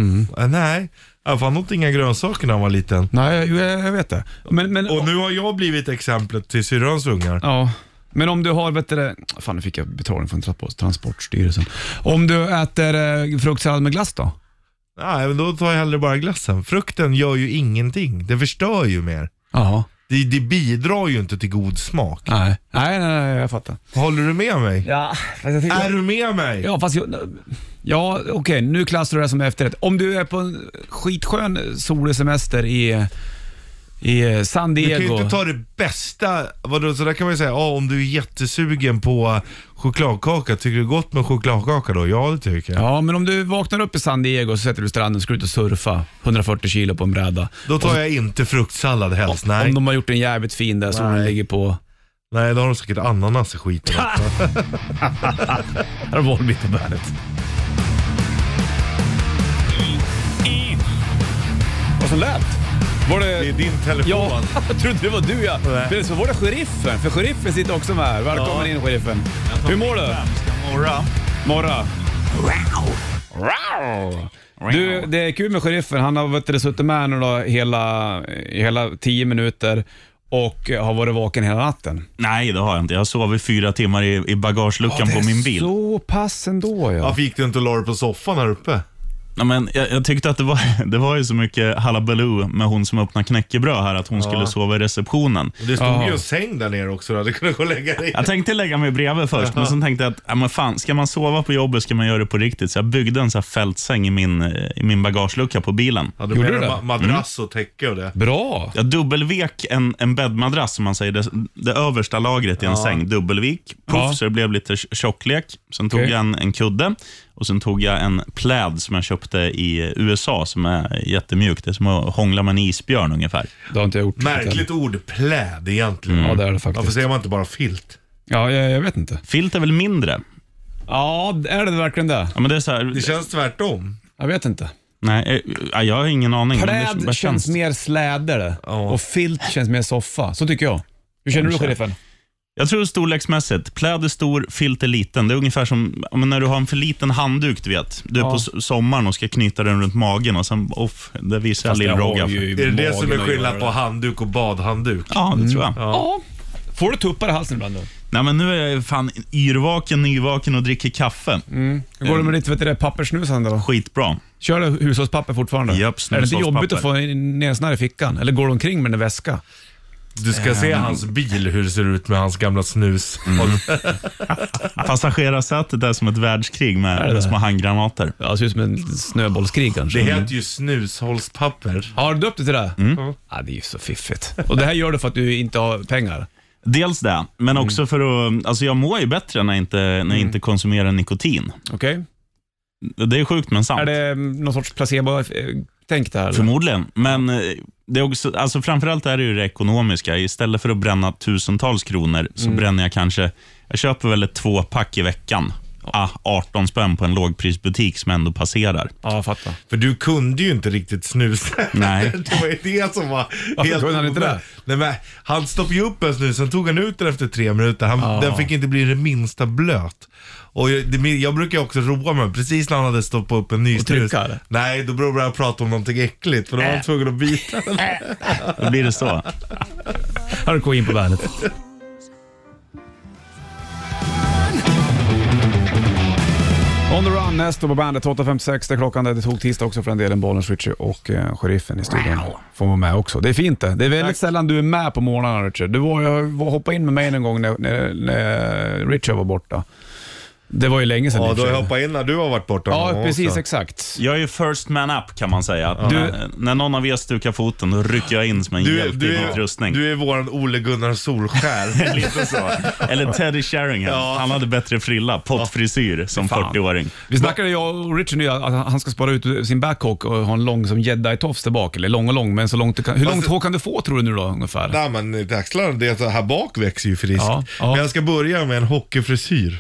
C: Eh, nej, Ja, för han åt inga grönsaker när han var liten.
B: Nej, jo, jag, jag vet det. Men, men,
C: Och nu har jag blivit exemplet till syrrans ungar.
B: Ja, men om du har, vet du, det- fan nu fick jag betalning från Transport- Transportstyrelsen. Om du äter eh, fruktsallad med glass då?
C: Nej, men då tar jag hellre bara glassen. Frukten gör ju ingenting. Det förstör ju mer.
B: Jaha.
C: Det, det bidrar ju inte till god smak.
B: Nej. Nej, nej, nej, jag fattar.
C: Håller du med mig?
B: Ja, fast jag
C: Är du med mig?
B: Ja, fast jag... Ja, okej, nu klassar du det som efterrätt. Om du är på en skitskön solig semester i, i San
C: Du
B: Diego.
C: kan ju inte ta det bästa, vadå, så där kan man ju säga, ja om du är jättesugen på chokladkaka, tycker du det är gott med chokladkaka då? Ja det tycker jag.
B: Ja, men om du vaknar upp i San Diego så sätter du stranden och ska ut och surfa 140 kilo på en bräda.
C: Då tar jag inte fruktsallad helst, nej.
B: Om de har gjort en jävligt fin där solen
C: Nej.
B: ligger på.
C: Nej, då har de säkert ananas i skiten också.
B: Här har Volbit på bandet. Vad som lät? Var
C: Det är
B: det...
C: din telefon.
B: Ja, jag trodde det var du ja.
C: Nej.
B: Men så var det sheriffen, för sheriffen sitter också med här. Välkommen in sheriffen. Hur mår du?
C: Morra.
B: Morra. Du, det är kul med sheriffen. Han har vet du, suttit med nu då hela, hela tio minuter och har varit vaken hela natten.
G: Nej, det har jag inte. Jag har sovit fyra timmar i, i bagageluckan på min bil.
B: Så pass ändå ja.
C: Varför gick du inte och la dig på soffan här uppe?
G: Ja, men jag, jag tyckte att det var, det var ju så mycket halabaloo med hon som öppnade knäckebröd här, att hon skulle sova i receptionen.
C: Det stod
B: Ja.
C: ju en säng där nere också, du hade kunnat gå och lägga dig.
G: Jag tänkte lägga mig bredvid först, men sen tänkte jag att ja, men fan, ska man sova på jobbet ska man göra det på riktigt. Så jag byggde en så här fältsäng i min, eh, i min bagagelucka på bilen.
C: Hade
B: Gjorde
C: med
B: du
C: dig
B: det? Mm.
C: ma- madrass och täcke och det.
B: Bra!
G: Jag dubbelvek en, en bäddmadrass, som man säger, det, det översta lagret i en säng. Dubbelvik, puff,
B: Ja.
G: så det blev lite tj- tjocklek. Sen tog
B: Okej.
G: jag en, en kudde och sen tog jag en pläd som jag köpte i USA, som är jättemjuk. Det är som att hångla med en isbjörn ungefär.
B: Det har inte jag gjort.
C: Märkligt ord, pläd egentligen.
B: Mm. Ja, det är det
C: Varför
B: faktiskt.
C: säger man inte bara filt?
B: Ja, jag, jag vet inte.
G: Filt är väl mindre?
B: Ja, är det verkligen det?
G: Ja, men det är så här,
C: Det känns tvärtom.
B: Jag vet inte.
G: nej, eh, ja, jag har ingen aning. men det
B: Pläd
G: bara
B: känns mer släder och filt känns mer soffa. Så tycker jag. Hur känner du sheriffen?
G: Jag tror storleksmässigt. Pläd är stor, filt är liten. Det är ungefär som ja, men när du har en för liten handduk, du vet. Du är
B: Ja.
G: på s- sommaren och ska knyta den runt magen och sen, off, där visar jag lillrogga.
C: Är det det som är skillnad på handduk och badhandduk?
G: Ja, det tror jag.
B: Mm. Ja. Får du tuppar i halsen ibland då?
G: Nej, men nu är jag fan yrvaken, nyvaken och dricker kaffe.
B: Mm. Hur går det med ditt vet du, det, papperssnus ändå då?
G: Skitbra.
B: Kör du hushållspapper fortfarande?
G: Japp,
B: Är det inte
G: snushushållspapper.
B: jobbigt att få en näsnära i fickan? Eller går du omkring med en väska?
C: Du ska se hans bil, hur det ser ut med hans gamla snus.
B: Mm.
G: Passagerarsätet är som ett världskrig med små handgranater.
B: Ja, det ser ut som en snöbollskrig kanske.
C: Det heter ju snushållspapper.
B: Har du döpt det till det? Mm. Ja, det är ju så fiffigt. Och det här gör du för att du inte har pengar?
G: Dels det, men
B: Mm.
G: också för att... Alltså jag mår ju bättre när jag inte, när jag inte konsumerar nikotin.
B: Okej?
G: Det är sjukt men sant.
B: Är det mm, någon sorts placebo-tänk det här? eller?
G: Förmodligen, men eh, det är också, alltså framförallt är det ju det ekonomiska. Istället för att bränna tusentals kronor så bränner jag kanske, jag köper väl ett tvåpack i veckan. Ah, 18 spänn på en lågprisbutik som ändå passerar.
B: Ja, jag fattar.
C: För du kunde ju inte riktigt snusa.
G: Nej.
C: det var ju det som var
B: Varför kunde han inte det?
C: Nej, men han stoppade ju upp en snus, sen tog han ut den efter tre minuter. Han, Den fick inte bli det minsta blöt. Och jag, det, jag brukar ju också roa mig, precis när han hade stoppat upp en ny
B: Och
C: snus.
B: trycka, eller?
C: Nej, då började han prata om någonting äckligt, för då var han tvungen att bita den.
G: Då blir det så.
B: Här går in på bandet. On the run, näst på bandet 8.56, det är klockan där det tog tisdag också för den delen, Bollens Richie och eh, Sheriffen i studion. Får man med också. Det är fint det. Det är väldigt sällan du är med på morgnarna Richie. Du var, jag var, hoppade in med mig en gång när, när, när Richie var borta. Det var ju länge sedan. i
C: Ja,
B: och
C: då
B: för sig.
C: har jag hoppat in när du har varit borta någon
B: Ja,
C: gång
B: precis
C: också.
B: exakt.
G: Jag är ju first man up kan man säga. Att När, när någon av er stukar foten, då rycker jag in som en
C: Du,
G: hjälte
C: du,
G: i
C: är,
G: utrustning.
C: du är våran Ole Gunnar Solskär.
G: Lite så. Eller Teddy Sheringham. Han hade bättre frilla, pottfrisyr, som
B: Fan.
G: 40-åring.
B: Vi snackade jag och Richard nu att han ska spara ut sin backhawk och ha en lång som jedi-tofs där bak. Eller lång och lång, men så långt du kan. Hur långt
G: Alltså-
B: hår kan du få tror du nu då ungefär?
C: Nej men axlarna, det är så här bak växer ju friskt.
B: Ja, ja.
C: Men jag ska börja med en hockeyfrisyr.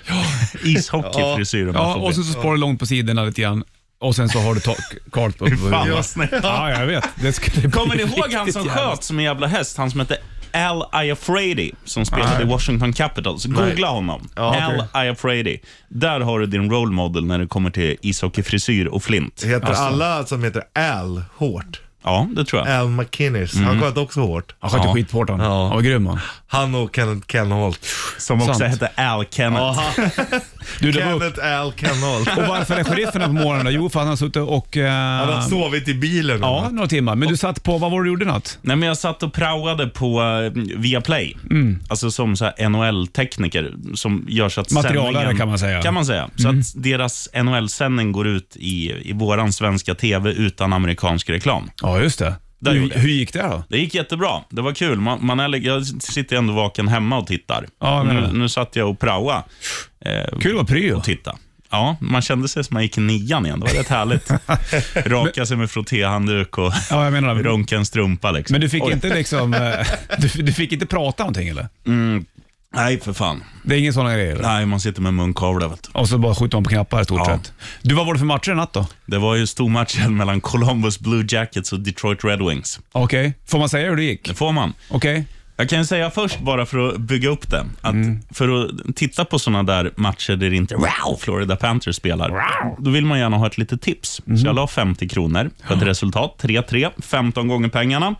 G: Ishockeyfrisyr om man
B: Ja,
G: får
B: och
G: be.
B: sen så sparar du långt på sidorna lite grann. Och sen så har du tak- kart på huvudet.
G: Fan vad snällt.
B: Ja, jag vet. Det skulle bli
G: Kommer ni ihåg
B: riktigt
G: han som
B: jävla-
G: sköt som en jävla häst? Han som hette Al Iafredi som spelade i Washington Capitals. Googla honom. Al Iafredi. Där har du din role model när det kommer till ishockeyfrisyr och flint.
C: Heter alla som heter Al hårt?
G: Ja, det tror jag.
C: Al McKinnis, han
G: Mm.
C: sköt också hårt.
B: Han sköt ju
G: Ja.
B: skithårt han. Han var grym han.
C: Han och Kenneth Kenholt.
G: Som också
B: sant.
G: hette Al Kenneth.
B: Du, det var upp.
C: Kenneth Al Kenholt.
B: Och varför är sheriffen här på morgonen då? Jo, för han har suttit och... eh,
C: Han har sovit i bilen.
B: Ja, några timmar. Men du satt på, vad var det du gjorde i natt?
G: Nej, men jag satt och praoade på eh, Viaplay.
B: Mm.
G: Alltså som så här NHL-tekniker som gör så att
B: Materialare
G: sändningen-
B: kan man säga. Mm.
G: Kan man säga. Så att deras NHL-sändning går ut i, i våran svenska TV utan amerikansk reklam.
B: Ja, just det.
G: Där
B: Hur,
G: gjorde jag.
B: hur gick det då?
G: Det gick jättebra. Det var kul. Man, man är, jag sitter ändå vaken hemma och tittar.
B: Ja, jag menar
G: nu,
B: det.
G: nu satt jag och praoa eh,
B: Kul att vara pryo.
G: och titta. Ja, man kände sig som man gick i nian igen. Det var rätt härligt. Raka sig med frottéhandduk och
B: Ja, jag menar det.
G: runka en strumpa. Liksom.
B: Men du fick
G: Oj.
B: inte liksom, eh, du, du fick inte prata någonting eller?
G: Nej, för fan.
B: Det är ingen sån grej? eller?
G: Nej, man sitter med munkavle. Vet du.
B: Och så bara skjuta om på knappar i stort
G: Ja.
B: sett. Du, vad var det för matcher i natt då?
G: Det var ju stormatchen mellan Columbus Blue Jackets och Detroit Red Wings.
B: Okej, får man säga hur det gick?
G: Det får man.
B: Okej?
G: Jag kan ju säga först, bara för att bygga upp det, att för att titta på såna där matcher där det inte wow, Florida Panthers spelar, då vill man gärna ha ett litet tips. Så jag la 50 kronor på ett resultat, 3-3, 15 gånger pengarna.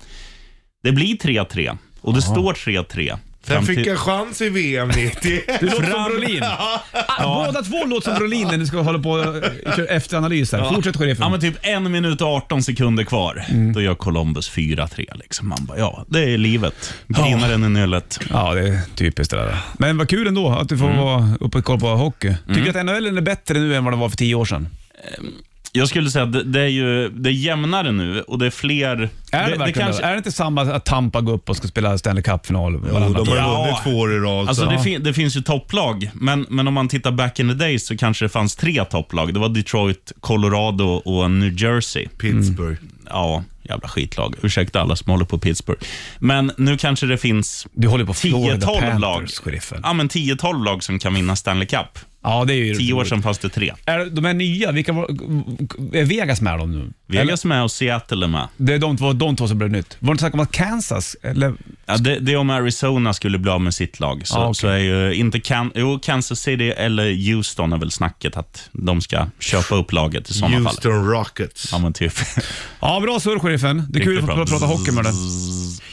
G: Det blir 3-3 och det står 3-3.
C: Sen
G: fram
C: fick
G: till-
C: jag chans i VM 90.
B: Du låter som Brolin. Ah, Båda två låter som Brolin när ni ska hålla på och eh, köra efteranalys här. Fortsätt
G: Ja,
B: sheriffen.
G: men typ en minut och 18 sekunder kvar. Då gör Columbus 4-3. Liksom. Man bara, ja, det är livet. Vinnaren i nyllet.
B: Ja, det är typiskt det där. Men vad kul ändå att du
G: Mm.
B: får vara uppe och kolla på hockey. Tycker du att NHL är bättre nu än vad den var för tio år sedan?
G: Jag skulle säga att det, det är ju det är jämnare nu och det är fler...
B: Är det, verkligen det? Är det inte samma att Tampa går upp och ska spela Stanley Cup-final
C: Och
B: varannat
C: de
B: år?
C: har
G: Ja.
C: vunnit två år i rad.
G: Alltså
C: så.
G: det, fin- det finns ju topplag, men, men om man tittar back in the days så kanske det fanns tre topplag. Det var Detroit, Colorado och New Jersey.
C: Pittsburgh.
G: Mm. Ja, jävla skitlag. Ursäkta alla som håller på Pittsburgh. Men nu kanske det finns
B: Du håller på Florida
G: 10-12 lag.
B: Panthers, sheriffen.
G: Ja, men 10-12 lag som kan vinna Stanley Cup.
B: Ja, det är ju...
G: Tio år sedan fanns det tre.
B: Är de här nya, vilka var, är Vegas med dem nu? Eller-
G: Vegas är med och Seattle är med.
B: Det är de två, de två som blev nytt. Var det inte snack om att Kansas, eller?
G: Ja, det, det är om Arizona skulle bli av med sitt lag. Så,
B: Ah, okej.
G: så är ju inte kan, jo, Kansas City eller Houston är väl snacket att de ska köpa upp laget i sådana fall.
C: Houston Rockets.
G: Ja, men typ.
B: Ja, bra surr sheriffen. Det är kul att
G: Riktigt
B: få
G: bra.
B: prata hockey med dig.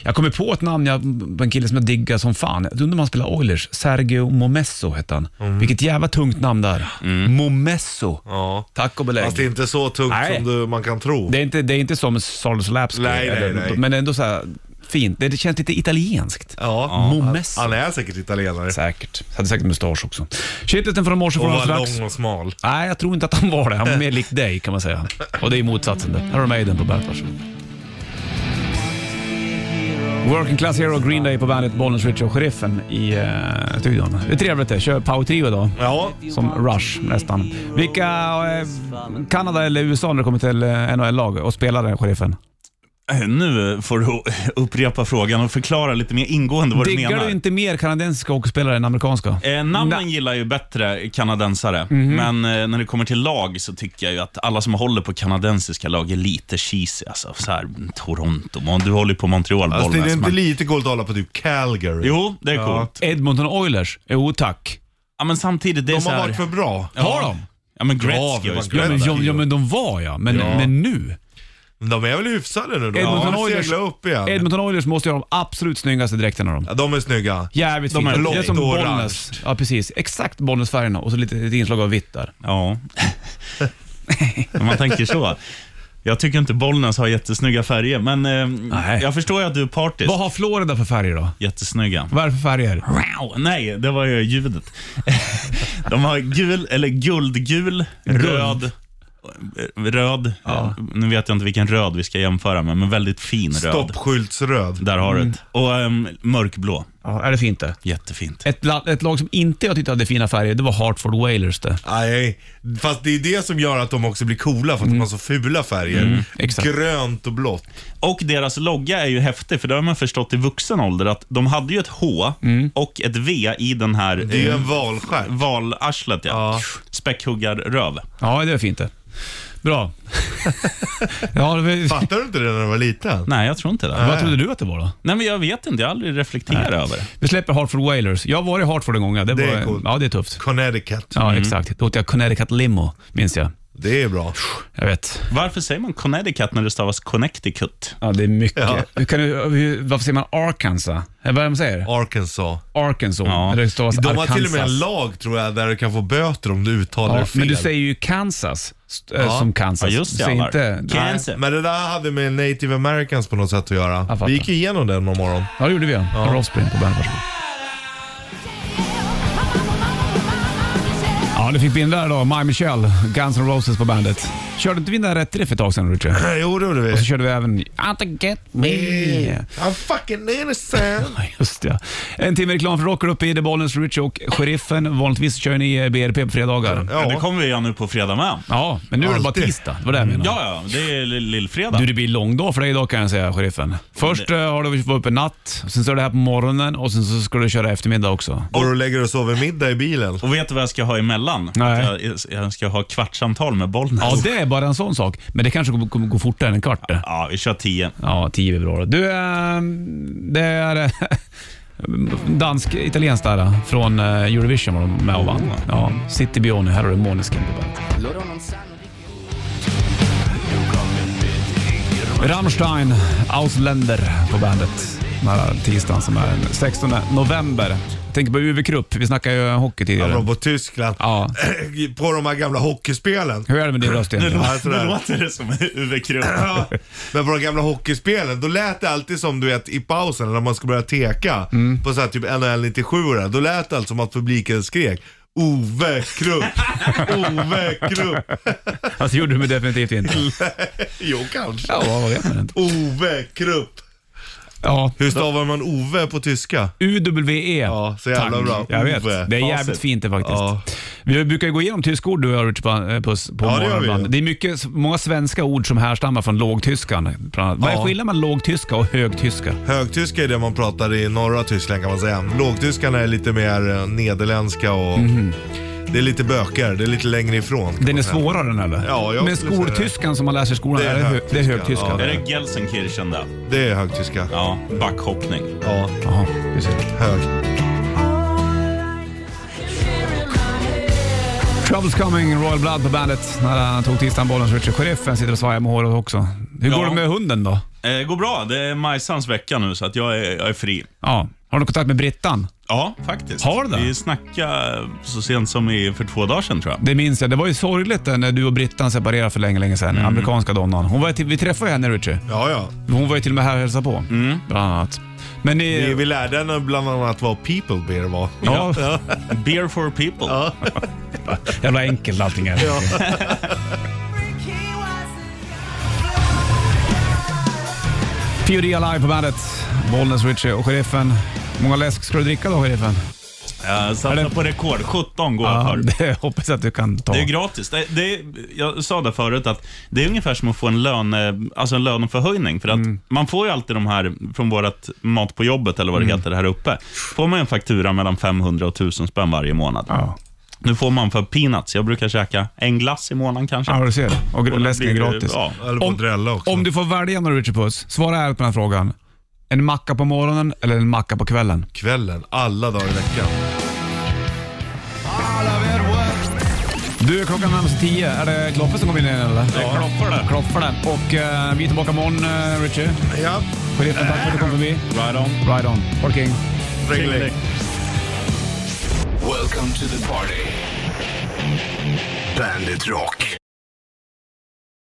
B: Jag kommer på ett namn, jag, på en kille som jag diggar som fan. Jag undrar om han spelar Oilers. Sergio Momesso hette han.
C: Mm.
B: Vilket jävla tungt namn där.
G: Mm.
B: Momesso.
C: Ja.
B: Tack och belägg.
C: Fast det är inte så tungt
B: Nej.
C: som du, man kan tro.
B: Det är inte, det är inte som Solus Lapsko,
C: Nej, nej, nej.
B: men ändå så här fint. Det, det känns lite italienskt.
C: Ja.
B: Momesso.
C: Han är säkert italienare.
B: Säkert. Hade säkert mustasch också. Shitlisten från morse
C: Och
B: får
C: var
B: alldeles strax.
C: lång och smal.
B: Nej, jag tror inte att han var det. Han var mer lik dig kan man säga. Och det är motsatsen där. Här har du Maiden på bandet. Varsågod. Working Class Hero Green Day på bandet, Bollnäs Rich och Sheriffen i eh, studion. Det är trevligt det. Kör power-trio idag.
C: Ja.
B: Som Rush nästan. Vilka, eh, Kanada eller USA när det kommer till eh, NHL-lag och spelare, Sheriffen?
G: Eh, Nu får du upprepa frågan och förklara lite mer ingående vad du
B: Diggar
G: menar.
B: du inte mer kanadensiska hockeyspelare än amerikanska?
G: Eh, namnen
B: Na-
G: gillar jag ju bättre kanadensare,
B: Mhm.
G: men eh, när det kommer till lag så tycker jag ju att alla som håller på kanadensiska lag är lite cheesy. Alltså, så här, Toronto, Mon- du håller ju på Montreal,
C: Alltså, det är
G: Bollnäs.
C: inte
G: Men...
C: lite coolt att hålla på typ Calgary.
G: Jo, det är coolt.
B: Edmonton Oilers? Jo tack.
G: Ja, men samtidigt, det är
C: De
G: så
C: har
G: här...
C: varit för bra.
G: Ja.
B: Har de?
G: Ja, men
C: Ja,
G: Gretzky
C: det
G: har
C: var
G: ju spelat.
B: Men,
C: Gretzky.
G: där.
B: ja, ja, men de var ja. Men, men nu?
C: De är väl hyfsade nu då?
B: Edmonton
C: Ja,
B: Oilers-
C: segla upp igen.
B: Edmonton Oilers måste ju ha de absolut snyggaste dräkterna. De.
C: Ja, de är snygga.
B: Jävligt
C: De
B: fina.
C: är
B: Det är som
C: blått och orange.
B: Bollnäs. Ja, precis. Exakt Bollnäs-färgerna och så lite, lite inslag av vitt där.
G: Ja. Om man tänker så. Jag tycker inte Bollnäs har jättesnygga färger, men eh,
B: Nej.
G: jag förstår ju att du är partisk.
B: Vad har Florida för färger då?
G: Jättesnygga.
B: Vad är det för färger?
G: Wow. Nej, det var ju ljudet. De har gul, eller guldgul, röd, eh, röd. Nu vet jag inte vilken röd vi ska jämföra med, men väldigt fin röd.
C: Stoppskyltsröd.
G: Där har du
B: Mm.
G: det. Och ehm, mörkblå.
B: Ja, är det fint det?
G: Jättefint.
B: Ett, la- ett lag som inte jag tyckte hade fina färger, det var Hartford Whalers det.
C: Nej, fast det är det som gör att de också blir coola för att de har så fula färger.
B: Mm. exakt.
C: Grönt och blått.
G: Och deras logga är ju häftig, för det har man förstått i vuxen ålder att de hade ju ett H och ett V i den här
C: Det är ju
G: eh,
B: Mm.
C: en valskärm.
G: valarslet. Ja. Späckhuggarröv.
B: Ja, det är fint det. Bra. ja, det var,
C: Fattade du inte det när du var liten?
G: Nej, jag tror inte det.
B: vad trodde du att det var då? Nej,
G: Nej, men jag vet inte. Jag har aldrig reflekterat över det.
B: Vi släpper Hartford Whalers. Jag var i Hartford en gång. ja. Det,
C: Det
B: var,
C: är coolt. Mm.
B: Ja, det är tufft.
C: Connecticut.
B: Ja, exakt. Då åt jag Connecticut Limo, minns jag.
C: Det är bra.
B: Jag vet.
G: Varför säger man Connecticut när det stavas Connecticut?
B: Ja, det är mycket.
C: Ja.
B: Hur kan du, hur, varför säger man Arkansas? Eh, Vad är det man säger?
C: Arkansas.
B: Arkansas.
G: Ja.
B: Eller det stavas
C: De har
B: Arkansas.
C: till och med en lag tror jag där du kan få böter om du uttalar
B: ja,
C: det fel.
B: Men du säger ju Kansas st- eh, som Kansas.
G: Ja, just
B: Du
G: det.
B: säger
G: Alvar.
B: inte... Nej.
G: Kansas.
C: Men det där hade med native americans på något sätt att göra.
B: fattar.
C: Vi gick igenom den någon morgon.
B: Ja, det gjorde vi. Ja. Har Offspring på bandet. Varsågod. Ja, du fick vi in där då. My Michelle, Guns N' Roses på bandet. Körde inte vi in där rätt riff ett tag sedan, Richard?
C: Jo, det gjorde
B: Och så
C: vi.
B: körde vi även Out to get me.
C: I'm fucking innocent.
B: Ja, Just det. En timme reklam för Rocker uppe i The Bollnäs, Rich och Sheriffen. Vanligtvis kör ni eh, BRP på fredagar.
G: Men
C: Ja.
G: det kommer vi göra nu på fredag med.
B: Ja, men nu är det bara
C: Alltid.
B: tisdag. Det var det jag menade.
G: Ja, ja. Det är lill- lillfredag.
B: Du, det blir lång dag för dig idag kan jag säga, Sheriffen. Först eh, har du varit uppe natt, sen så är det här på morgonen och sen så ska du köra eftermiddag också.
C: Går du och lägger och sover middag i bilen?
G: Och vet du vad jag ska ha emellan?
B: Nej.
G: Jag, jag ska ha kvartssamtal med Bollnäs.
B: Ja, det är bara en sån sak. Men det kanske kommer- kommer gå fortare än en kvart. det.
G: Ja, vi kör tio.
B: Ja, tio är bra då. Du, eh, det är eh, dansk-italienskt där eh, från eh, Eurovision var de med och vann. Ja, City Bione, här har du Måneskin på bandet. Rammstein, Ausländer på bandet. Den här tisdagen som är den 16 november. Jag tänker på UV Krupp, vi snackade ju hockey tidigare.
C: Apropå Tyskland.
B: Ja.
C: På de här gamla hockeyspelen.
B: Hur är det med din röst egentligen?
C: Ja, sådär.
G: Nu låter det som Uwe Krupp.
C: Men på de gamla hockeyspelen, då lät det alltid som du vet i pausen när man skulle börja teka på så här typ NHL 97 -era, då lät det allt som att publiken skrek Ove Krupp, Ove Krupp,
B: Alltså gjorde du mig definitivt inte.
C: jo kanske,
B: Ja, vad vet man inte.
C: Ove Krupp.
B: Ja,
C: Hur stavar man Ove på tyska?
B: UWE.
C: Ja, så jävla
B: Tang.
C: bra.
B: E. Jag vet.
C: Ove.
B: Det är jävligt
C: Facit.
B: fint det faktiskt.
C: Ja.
B: Vi brukar ju gå igenom tyskord du och jag Rich, på, eh, på, s- på
C: Ja, det gör
B: morgonen
C: vi
B: ibland.
C: ju.
B: Det är mycket, många svenska ord som härstammar från lågtyskan. bland annat. Vad är
C: Ja.
B: skillnaden mellan lågtyska och högtyska?
C: Högtyska är det man pratar i norra Tyskland kan man säga. Lågtyskarna är lite mer eh, nederländska och
B: Mhm.
C: det är lite bökigare, det är lite längre ifrån. kan
B: Den
C: man
B: är
C: säga.
B: svårare den eller?
C: Ja, jag
B: Men
C: skulle säga det.
B: skoltyskan som man läser i skolan,
C: Det
B: det
C: är
B: är, hö- det är
C: högtyska.
B: högtyskan.
G: Är det Gelsenkirchen där?
C: Det är högtyska.
G: Ja, backhoppning.
C: Ja,
B: Jaha, precis.
C: hög.
B: Troubles coming, Royal Blood på bandet. När han tog till bollen så Richard Sheriffen sitter och svajar med håret också. Hur går
G: Ja.
B: det med hunden då?
G: Eh, går bra. Det är Majsans vecka nu, så att jag, är, jag är fri.
B: Ja. Har du kontakt med Brittan?
G: Ja, faktiskt.
B: Har du det?
G: Vi snackade så sent som i, för två dagar sedan, tror jag.
B: Det minns jag. Det var ju sorgligt det, när du och Brittan separerade för länge, länge sedan. Amerikanska donnan. Hon var, ju till- vi träffade ju henne Richie.
C: Ja, ja.
B: Hon var ju till och med här och hälsade på. Bland annat. Men ni...
C: Vi, vi lärde henne bland annat vad people beer var.
B: ja,
G: Beer for people.
B: jävla enkelt allting är. Pioria live på bandet. Bollnäs, Richie och Sheriffen. Hur många läsk ska du dricka då, Sheriffen?
G: Jag satsar på rekord. 17 går jag
B: Ja,
G: för.
B: det hoppas jag att du kan ta.
G: Det är gratis. Det, det, är- jag sa det förut, att det är ungefär som att få en, löne, alltså en löneförhöjning. För att
B: Mm.
G: Man får ju alltid de här från vårt Mat på jobbet, eller vad det
B: Mm.
G: heter här uppe. får man en faktura mellan 500 och 1000 spänn varje månad.
B: Ja.
G: Nu får man för peanuts. Jag brukar käka en glass i månaden kanske.
B: Ja, du ser. Och gr-
G: Och då
B: läsken är
G: blir det-
B: gratis.
G: Ja.
C: Eller på drälla också.
B: Om du får välja nu, Richie Puss, svara ärligt på den här frågan. En macka på morgonen eller en macka på kvällen?
C: Kvällen, alla dagar i veckan.
B: Du, klockan närmar sig tio. Är det Kloppe som kommer in igen, eller?
G: Det kloppar det.
B: Kloppar det. Och eh, vi är tillbaka imorgon, eh, Richie.
C: Ja,
B: Sheriffen, tack för att du kom förbi.
G: Right on.
B: Right on. Håll king.
C: regler.
A: Welcome to the party. Bandit Rock.